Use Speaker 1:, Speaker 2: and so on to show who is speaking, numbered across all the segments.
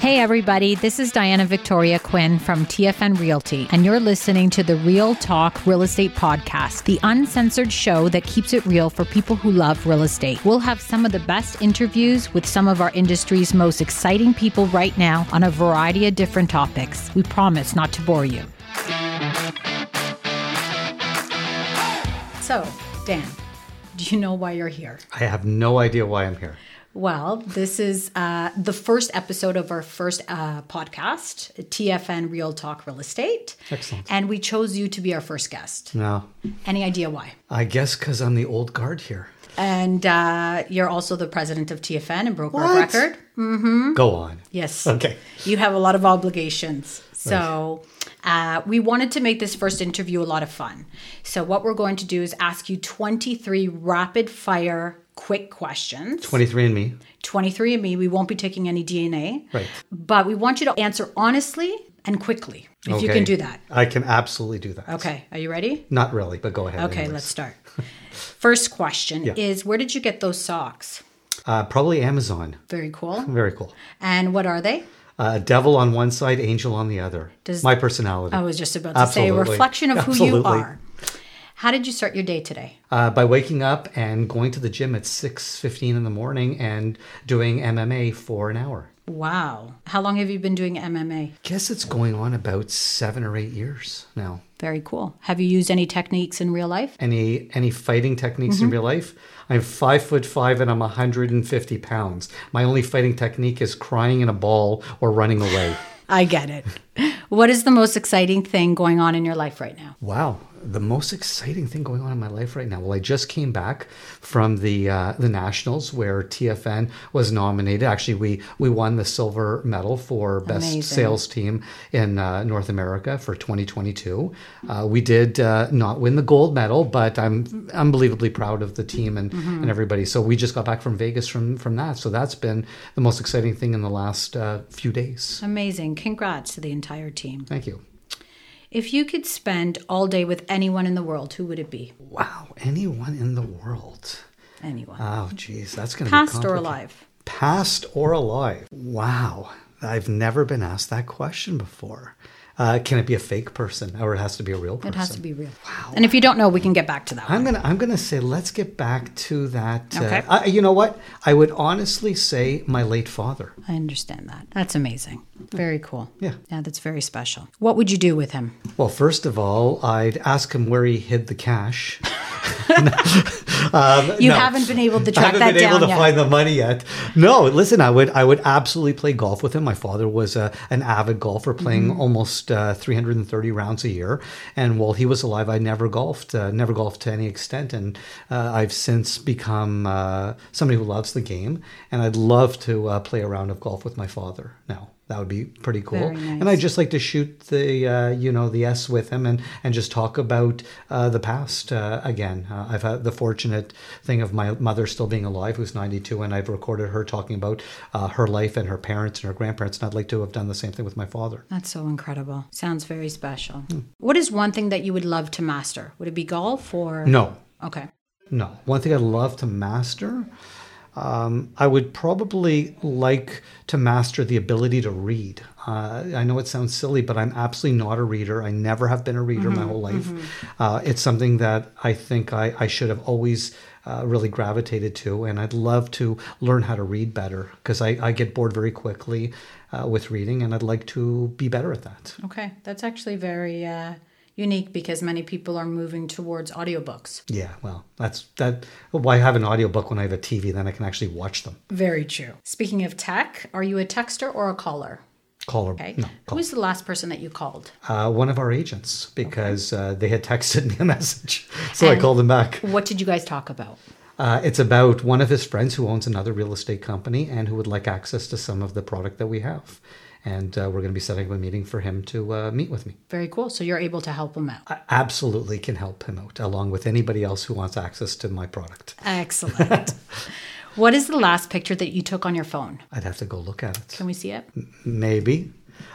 Speaker 1: Hey, everybody, this is Diana Victoria Quinn from TFN Realty, and you're listening to the Real Talk Real Estate Podcast, the uncensored show that keeps it real for people who love real estate. We'll have some of the best interviews with some of our industry's most exciting people right now on a variety of different topics. We promise not to bore you. So, Dan, do you know why you're here?
Speaker 2: I have no idea why I'm here.
Speaker 1: Well, this is uh, the first episode of our first uh, podcast, TFN Real Talk Real Estate.
Speaker 2: Excellent.
Speaker 1: And we chose you to be our first guest.
Speaker 2: No,
Speaker 1: Any idea why?
Speaker 2: I guess because I'm the old guard here.
Speaker 1: And uh, you're also the president of TFN and broker of
Speaker 2: What? Uh,
Speaker 1: record. Hmm?
Speaker 2: Go on.
Speaker 1: Yes.
Speaker 2: Okay.
Speaker 1: You have a lot of obligations. So uh, we wanted to make this first interview a lot of fun. So what we're going to do is ask you 23 rapid fire quick questions.
Speaker 2: 23 and me.
Speaker 1: 23 and me, we won't be taking any DNA.
Speaker 2: Right.
Speaker 1: But we want you to answer honestly and quickly if you can do that.
Speaker 2: I can absolutely do that.
Speaker 1: Okay, are you ready?
Speaker 2: Not really, but go ahead.
Speaker 1: Okay,
Speaker 2: anyways.
Speaker 1: let's start. First question is Where did you get those socks?
Speaker 2: Uh, probably Amazon.
Speaker 1: Very cool.
Speaker 2: Very cool.
Speaker 1: And what are they?
Speaker 2: Uh, devil on one side, angel on the other.
Speaker 1: Does- Oh.
Speaker 2: My personality.
Speaker 1: I was just about to say a
Speaker 2: Absolutely.
Speaker 1: reflection of who you
Speaker 2: Absolutely.
Speaker 1: are. How did you start your day today?
Speaker 2: Uh, by waking up and going to the gym at 6.15 in the morning and doing MMA for an hour.
Speaker 1: Wow. How long have you been doing MMA?
Speaker 2: Guess it's going on about seven or eight years now.
Speaker 1: Very cool. Have you used any techniques in real life?
Speaker 2: any any fighting techniques in real life. I'm five foot five and I'm 150 pounds. My only fighting technique is crying in a ball or running away.
Speaker 1: I get it. what is the most exciting thing going on in your life right now?
Speaker 2: wow, the most exciting thing going on in my life right now. Well, I just came back from the uh, the nationals where TFN was nominated. Actually, we we won the silver medal for best
Speaker 1: Amazing.
Speaker 2: sales team in uh, North America for 2022. Uh, we did uh, not win the gold medal, but I'm unbelievably proud of the team and, and everybody. So we just got back from Vegas from from that. So that's been the most exciting thing in the last uh, few days.
Speaker 1: Amazing. Congrats to the entire team.
Speaker 2: Thank you.
Speaker 1: If you could spend all day with anyone in the world, who would it be?
Speaker 2: Wow, anyone in the world.
Speaker 1: Anyone.
Speaker 2: Oh, geez, that's going to be
Speaker 1: Past or
Speaker 2: complicated.
Speaker 1: alive?
Speaker 2: Past or alive? Wow, I've never been asked that question before. Uh, can it be a fake person, or it has to be a real person?
Speaker 1: It has to be real. Wow. And if you don't know, we can get back to that.
Speaker 2: I'm gonna I'm gonna say let's get back to that. uh,
Speaker 1: Okay.
Speaker 2: I- you know what? I would honestly say my late father.
Speaker 1: I understand that. That's amazing. Very cool.
Speaker 2: Yeah.
Speaker 1: Yeah, that's very special. What would you do with him?
Speaker 2: Well, first of all, I'd ask him where he hid the cash.
Speaker 1: You haven't been able to
Speaker 2: Uh, I
Speaker 1: track
Speaker 2: haven't
Speaker 1: that
Speaker 2: been able
Speaker 1: down
Speaker 2: to
Speaker 1: yet.
Speaker 2: find the money yet. No, listen, I would I would absolutely play golf with him. My father was a, an avid golfer, playing
Speaker 1: Mm-hmm.
Speaker 2: almost uh, 330 rounds a year. And while he was alive, I never golfed, uh, never golfed to any extent. And uh, I've since become uh, somebody who loves the game. And I'd love to uh, play a round of golf with my father now. That would be pretty cool,
Speaker 1: Very nice.
Speaker 2: and I just like to shoot the uh, you know the S with him and and just talk about uh, the past uh, again. Uh, I've had the fortunate thing of my mother still being alive, who's 92, and I've recorded her talking about uh, her life and her parents and her grandparents. And I'd like to have done the same thing with my father.
Speaker 1: That's so incredible. Sounds very special.
Speaker 2: Hmm.
Speaker 1: What is one thing that you would love to master? Would it be golf or?
Speaker 2: No,
Speaker 1: Okay.
Speaker 2: No. One thing I'd love to master, um, I would probably like to master the ability to read. Uh, I know it sounds silly, but I'm absolutely not a reader. I never have been a reader my whole life. Uh, it's something that I think I, I should have always uh, really gravitated to, and I'd love to learn how to read better because I, I get bored very quickly uh, with reading, and I'd like to be better at that.
Speaker 1: Okay. That's actually very uh, unique because many people are moving towards audiobooks.
Speaker 2: Yeah, well, that's that. Why have an audiobook when I have a TV? Then I can actually watch them.
Speaker 1: Very true. Speaking of tech, are you a texter or a caller?
Speaker 2: Call or
Speaker 1: Okay.
Speaker 2: no,
Speaker 1: Who was the last person that you called?
Speaker 2: uh, one of our agents because uh, they had texted me a message. So
Speaker 1: And-
Speaker 2: I called him back.
Speaker 1: What did you guys talk about?
Speaker 2: Uh, it's about one of his friends who owns another real estate company and who would like access to some of the product that we have. And uh, we're going to be setting up a meeting for him to uh, meet with me.
Speaker 1: Very cool. So you're able to help them out.
Speaker 2: I absolutely can help him out along with anybody else who wants access to my product.
Speaker 1: Excellent. what is the last picture that you took on your phone?
Speaker 2: I'd have to go look at it.
Speaker 1: Can we see it?
Speaker 2: Maybe.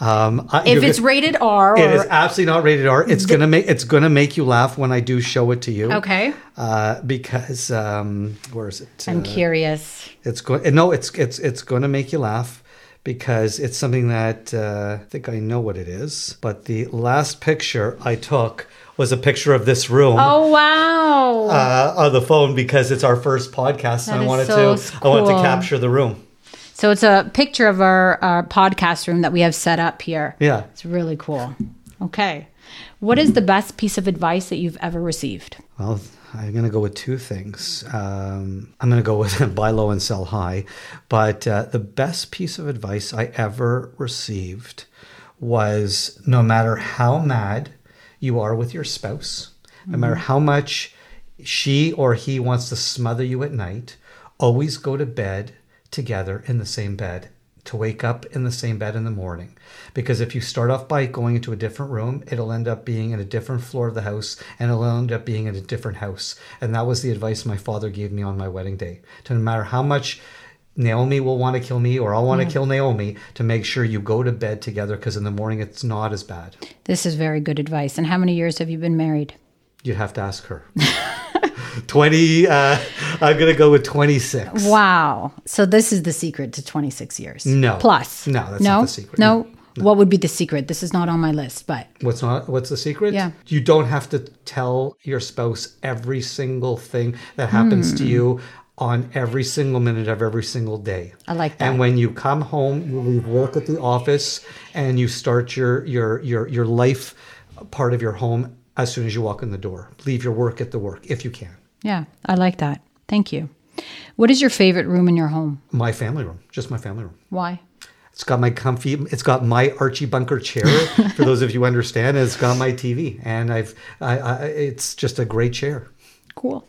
Speaker 2: Um, I-
Speaker 1: If
Speaker 2: you're
Speaker 1: it's
Speaker 2: gonna-
Speaker 1: rated R, or,
Speaker 2: it is absolutely not rated R. It's gonna make it's gonna make you laugh when I do show it to you.
Speaker 1: okay,
Speaker 2: Uh, because um, where is it?
Speaker 1: I'm
Speaker 2: Uh,
Speaker 1: curious.
Speaker 2: It's going. No, it's it's it's going to make you laugh because it's something that uh, I think I know what it is. But the last picture I took was a picture of this room.
Speaker 1: Oh wow!
Speaker 2: Uh, on the phone because it's our first podcast
Speaker 1: That
Speaker 2: and I
Speaker 1: is
Speaker 2: wanted
Speaker 1: so
Speaker 2: to I wanted
Speaker 1: cool.
Speaker 2: to capture the room.
Speaker 1: so it's a picture of our, our podcast room that we have set up here.
Speaker 2: Yeah.
Speaker 1: It's really cool. Okay. What is the best piece of advice that you've ever received?
Speaker 2: Well, I'm going to go with two things. Um, I'm going to go with buy low and sell high. But uh, the best piece of advice I ever received was no matter how mad you are with your spouse, no matter how much she or he wants to smother you at night, always go to bed together in the same bed to wake up in the same bed in the morning. Because if you start off by going into a different room, it'll end up being in a different floor of the house and it'll end up being in a different house. And that was the advice my father gave me on my wedding day. To no matter how much Naomi will want to kill me or I'll want to kill Naomi, to make sure you go to bed together because in the morning it's not as bad.
Speaker 1: This is very good advice. And how many years have you been married?
Speaker 2: You'd have to ask her. 20, uh, I'm going to go with 26.
Speaker 1: Wow. So this is the secret to 26 years.
Speaker 2: No.
Speaker 1: Plus.
Speaker 2: No, that's
Speaker 1: no?
Speaker 2: not the secret.
Speaker 1: No? What would be the secret? This is not on my list, but
Speaker 2: What's not? What's the secret?
Speaker 1: Yeah.
Speaker 2: You don't have to tell your spouse every single thing that happens
Speaker 1: Hmm.
Speaker 2: to you on every single minute of every single day.
Speaker 1: I like that.
Speaker 2: And when you come home, you leave work at the office, and you start your your your your life part of your home as soon as you walk in the door. Leave your work at the work if you can.
Speaker 1: yeah, I like that. Thank you. What is your favorite room in your home?
Speaker 2: My family room, just my family room.
Speaker 1: Why?
Speaker 2: It's got my comfy. It's got my Archie Bunker chair. for those of you who understand, and it's got my TV, and I've. I, I, it's just a great chair.
Speaker 1: Cool.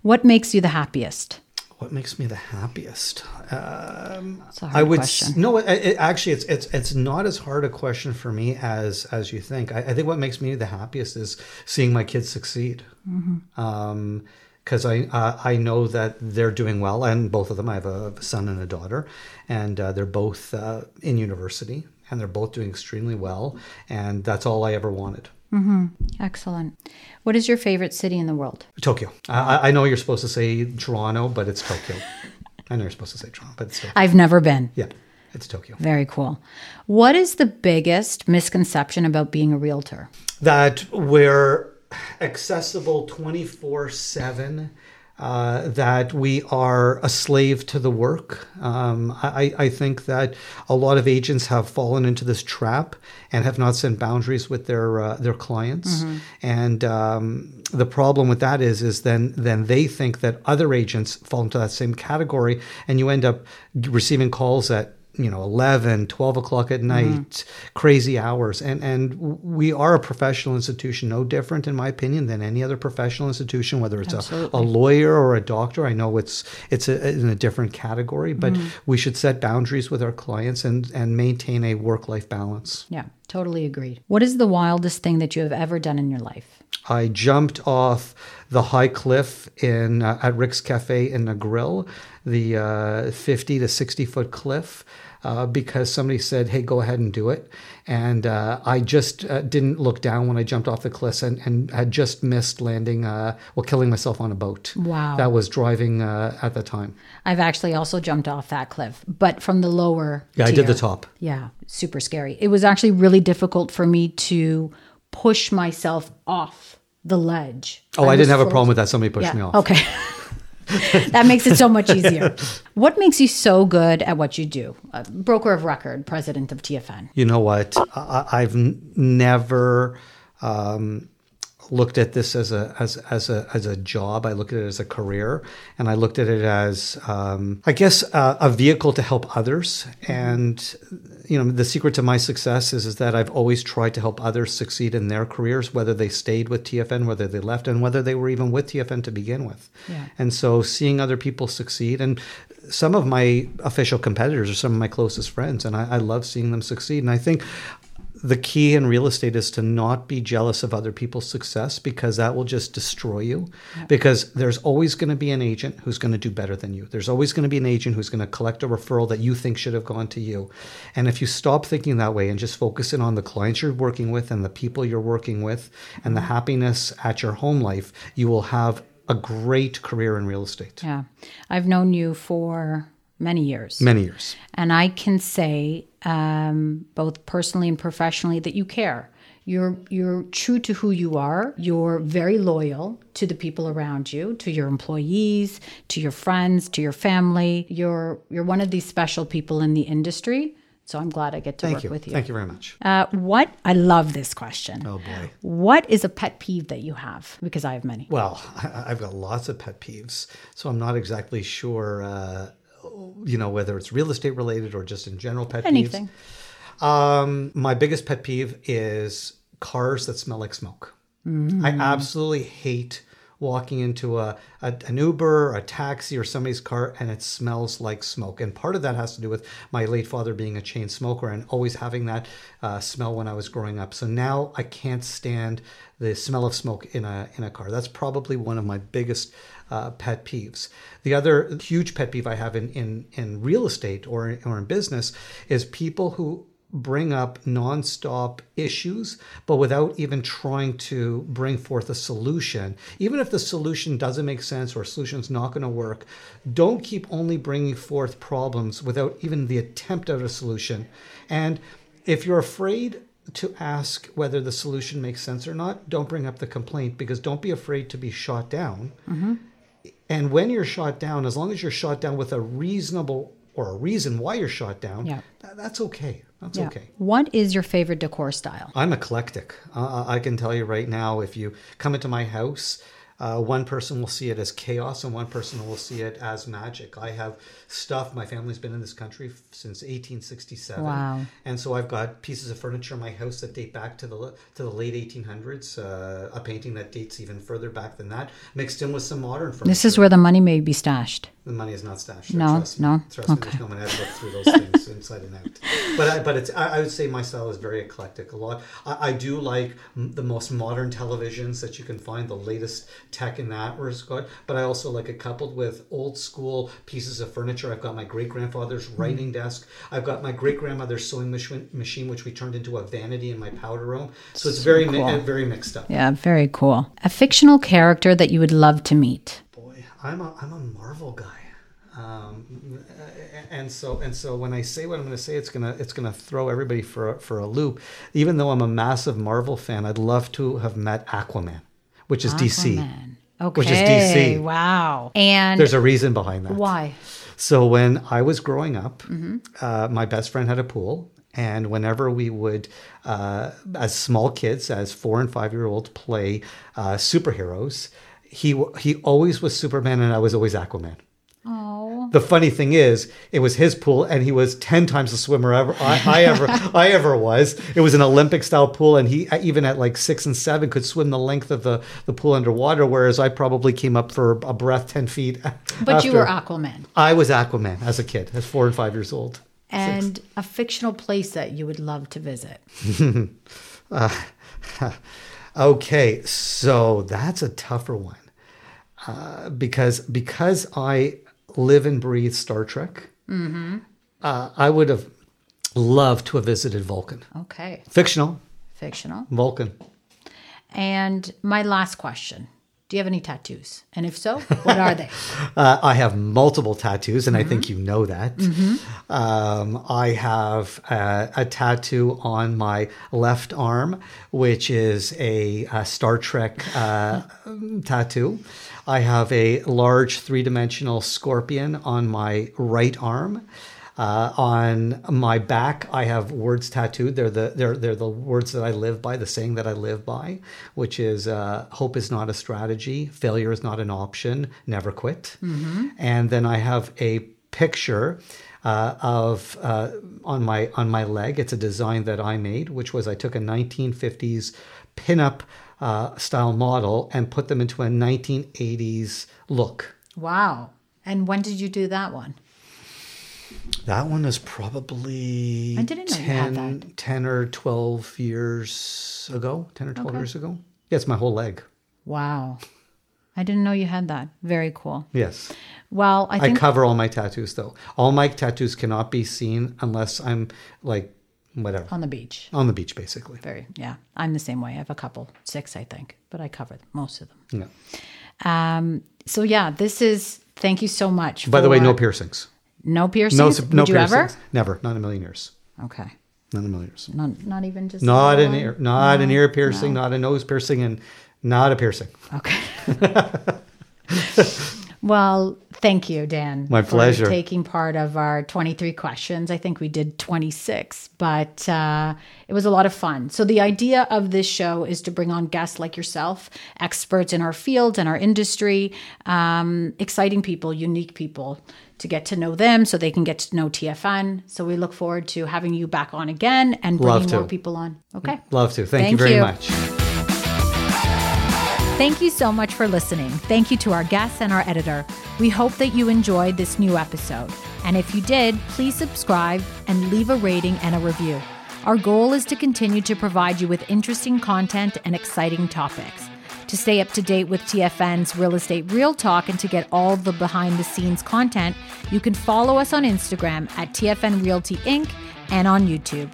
Speaker 1: What makes you the happiest?
Speaker 2: What makes me the happiest? Um,
Speaker 1: It's a hard
Speaker 2: I would s-
Speaker 1: question.
Speaker 2: no. It, it, actually, it's it's it's not as hard a question for me as as you think. I, I think what makes me the happiest is seeing my kids succeed.
Speaker 1: Mm-hmm.
Speaker 2: Um, because I uh, I know that they're doing well, and both of them. I have a son and a daughter, and uh, they're both uh, in university, and they're both doing extremely well, and that's all I ever wanted.
Speaker 1: Excellent. What is your favorite city in the world?
Speaker 2: Tokyo. I, I- I know you're supposed to say Toronto, but it's Tokyo. I know you're supposed to say Toronto, but it's Tokyo.
Speaker 1: I've never been.
Speaker 2: Yeah, it's Tokyo.
Speaker 1: Very cool. What is the biggest misconception about being a realtor?
Speaker 2: That we're accessible 24 7, uh, that we are a slave to the work. Um, I, I I think that a lot of agents have fallen into this trap and have not set boundaries with their, uh, their clients. And um, the problem with that is, is then, then they think that other agents fall into that same category, and you end up receiving calls at you know 11 12 o'clock at night crazy hours and and we are a professional institution no different in my opinion than any other professional institution whether it's a, a lawyer or a doctor i know it's it's a, in a different category but we should set boundaries with our clients and and maintain a work life balance
Speaker 1: Yeah, totally agreed. What is the wildest thing that you have ever done in your life?
Speaker 2: I jumped off the high cliff in uh, at Rick's Cafe in the Grill, the uh, 50 to 60 foot cliff, uh, because somebody said, "Hey, go ahead and do it." And uh, I just uh, didn't look down when I jumped off the cliff and, and had just missed landing, uh, well, killing myself on a boat.
Speaker 1: Wow.
Speaker 2: that was driving uh, at the time.
Speaker 1: I've actually also jumped off that cliff, but from the lower.
Speaker 2: Yeah, I
Speaker 1: tier.
Speaker 2: did the top.
Speaker 1: Yeah, super scary. It was actually really difficult for me to push myself off the ledge.
Speaker 2: Oh, I, didn't
Speaker 1: was
Speaker 2: have a
Speaker 1: frozen.
Speaker 2: problem with that. Somebody pushed me off.
Speaker 1: Okay. that makes it so much easier. what makes you so good at what you do? Uh, broker of record, president of TFN.
Speaker 2: you know what I, I- i've n- never um, looked at this as a as, as a as a job i look at it as a career and i looked at it as um, i guess uh, a vehicle to help others and you know the secret to my success is, is that i've always tried to help others succeed in their careers whether they stayed with tfn whether they left and whether they were even with tfn to begin with
Speaker 1: Yeah.
Speaker 2: and so seeing other people succeed, and some of my official competitors are some of my closest friends, and I, I love seeing them succeed. And I think the key in real estate is to not be jealous of other people's success because that will just destroy you. Because there's always going to be an agent who's going to do better than you. There's always going to be an agent who's going to collect a referral that you think should have gone to you. And if you stop thinking that way and just focus in on the clients you're working with and the people you're working with and the happiness at your home life, you will have a great career in real estate.
Speaker 1: Yeah. I've known you for many years.
Speaker 2: Many years.
Speaker 1: And I can say, um, both personally and professionally, that you care. You're you're true to who you are. You're very loyal to the people around you, to your employees, to your friends, to your family. You're you're one of these special people in the industry. So I'm glad I get to
Speaker 2: Thank
Speaker 1: work
Speaker 2: you.
Speaker 1: with you.
Speaker 2: Thank you very much.
Speaker 1: Uh, what I love this question.
Speaker 2: oh boy.
Speaker 1: What is a pet peeve that you have? Because I have many.
Speaker 2: Well, I- I've got lots of pet peeves, so I'm not exactly sure, uh, you know, whether it's real estate related or just in general pet
Speaker 1: Anything.
Speaker 2: peeves. Um, my biggest pet peeve is cars that smell like smoke. I absolutely hate walking into a, a an Uber, a taxi, or somebody's car and it smells like smoke. And part of that has to do with my late father being a chain smoker and always having that uh, smell when I was growing up. So now I can't stand the smell of smoke in a in a car. That's probably one of my biggest uh, pet peeves. The other huge pet peeve I have in in, in real estate or or in business is people who bring up nonstop issues, but without even trying to bring forth a solution. Even if the solution doesn't make sense or a solution's not going to work, don't keep only bringing forth problems without even the attempt at a solution. And if you're afraid to ask whether the solution makes sense or not, don't bring up the complaint because don't be afraid to be shot down. And when you're shot down, as long as you're shot down with a reasonable or a reason why you're shot down,
Speaker 1: Yeah.
Speaker 2: tha- that's okay. That's
Speaker 1: Yeah.
Speaker 2: okay.
Speaker 1: What is your favorite decor style?
Speaker 2: I'm eclectic. Uh, I can tell you right now, if you come into my house, uh, one person will see it as chaos and one person will see it as magic. I have stuff, my family's been in this country f- since 1867.
Speaker 1: Wow.
Speaker 2: And so I've got pieces of furniture in my house that date back to the l- to the late 1800s, uh, a painting that dates even further back than that, mixed in with some modern furniture.
Speaker 1: This is where the money may be stashed.
Speaker 2: The money is not stashed. there,
Speaker 1: No,
Speaker 2: trust me.
Speaker 1: no?
Speaker 2: Trust me,
Speaker 1: Okay.
Speaker 2: there's no one ever looks through those things inside and out. But I, but it's I, I would say my style is very eclectic. A lot. I, I do like m- the most modern televisions that you can find, the latest tech in that respect. But I also like it coupled with old school pieces of furniture. I've got my great grandfather's
Speaker 1: Mm-hmm.
Speaker 2: writing desk. I've got my great grandmother's sewing machine, machine, which we turned into a vanity in my powder room. So it's very mi-
Speaker 1: cool.
Speaker 2: very mixed up.
Speaker 1: Yeah, very cool. A fictional character that you would love to meet.
Speaker 2: Boy, I'm a I'm a Marvel guy, um, a- and so and so when I say what I'm going to say, it's gonna it's gonna throw everybody for a, for a loop. Even though I'm a massive Marvel fan, I'd love to have met Aquaman, which is DC.
Speaker 1: Aquaman. Oh, Okay.
Speaker 2: Which is DC.
Speaker 1: Wow. And
Speaker 2: There's a reason behind that.
Speaker 1: why?
Speaker 2: So when I was growing up, uh, my best friend had a pool. And whenever we would, uh, as small kids, as four and five year olds, play uh, superheroes, he, w- he always was Superman and I was always Aquaman.
Speaker 1: Oh.
Speaker 2: The funny thing is, it was his pool, and he was ten times the swimmer ever I, I ever I ever was. It was an Olympic style pool, and he even at like six and seven could swim the length of the, the pool underwater, whereas I probably came up for a breath ten feet.
Speaker 1: But you were
Speaker 2: after.
Speaker 1: Aquaman.
Speaker 2: I was Aquaman as a kid, as four and five years old.
Speaker 1: And a fictional place that you would love to visit.
Speaker 2: Okay, so that's a tougher one uh, because because I live and breathe Star Trek.
Speaker 1: Mm-hmm.
Speaker 2: Uh, I would have loved to have visited Vulcan.
Speaker 1: Okay.
Speaker 2: Fictional
Speaker 1: Fictional.
Speaker 2: Vulcan.
Speaker 1: And my last question. Do you have any tattoos? And if so, what are they?
Speaker 2: Uh, I have multiple tattoos, and I think you know that. Um, I have uh, a tattoo on my left arm, which is a, uh Star Trek uh, tattoo. I have a large three dimensional scorpion on my right arm. Uh, on my back, I have words tattooed. They're the they're they're the words that I live by, the saying that I live by, which is uh, hope is not a strategy, failure is not an option, never quit. And then I have a picture uh, of uh, on my on my leg. It's a design that I made, which was I took a 1950s pinup uh, style model and put them into a 1980s look.
Speaker 1: Wow. And when did you do that one?
Speaker 2: That one is probably
Speaker 1: I didn't know you had
Speaker 2: 10, 10 or 12 years ago, 10 or 12 years ago. Yeah, it's my whole leg.
Speaker 1: Wow. I didn't know you had that. Very cool.
Speaker 2: Yes.
Speaker 1: Well, I
Speaker 2: I
Speaker 1: think
Speaker 2: cover all my tattoos though. All my tattoos cannot be seen unless I'm like whatever
Speaker 1: on the beach.
Speaker 2: on the beach basically.
Speaker 1: Very, yeah. I'm the same way. I have a couple, six, I think, but I cover most of them.
Speaker 2: Yeah.
Speaker 1: Um, so yeah, this is. Thank you so much.
Speaker 2: By the way,
Speaker 1: for-
Speaker 2: no piercings.
Speaker 1: no piercings.
Speaker 2: No
Speaker 1: Would
Speaker 2: no
Speaker 1: you
Speaker 2: piercings.
Speaker 1: ever?
Speaker 2: Never. Not in a million years.
Speaker 1: Okay.
Speaker 2: Not in a million years.
Speaker 1: Not not even just
Speaker 2: Not
Speaker 1: a
Speaker 2: an
Speaker 1: little
Speaker 2: ear not an ear piercing, not a nose piercing and not a piercing.
Speaker 1: one? Okay. well, thank you, Dan.
Speaker 2: My
Speaker 1: for
Speaker 2: pleasure.
Speaker 1: Taking part of our 23 questions. I think we did 26, but uh, it was a lot of fun. So the idea of this show is to bring on guests like yourself, experts in our field and our industry, um, exciting people, unique people. To get to know them, so they can get to know TFN. So we look forward to having you back on again and
Speaker 2: Love
Speaker 1: bringing
Speaker 2: to.
Speaker 1: more people on. Okay.
Speaker 2: Love to. Thank,
Speaker 1: Thank
Speaker 2: you very
Speaker 1: you.
Speaker 2: much.
Speaker 1: Thank you so much for listening. Thank you to our guests and our editor. We hope that you enjoyed this new episode. And if you did, please subscribe and leave a rating and a review. Our goal is to continue to provide you with interesting content and exciting topics. To stay up to date with TFN's Real Estate Real Talk and to get all the behind the scenes content, you can follow us on Instagram at TFN Realty Inc. and on YouTube.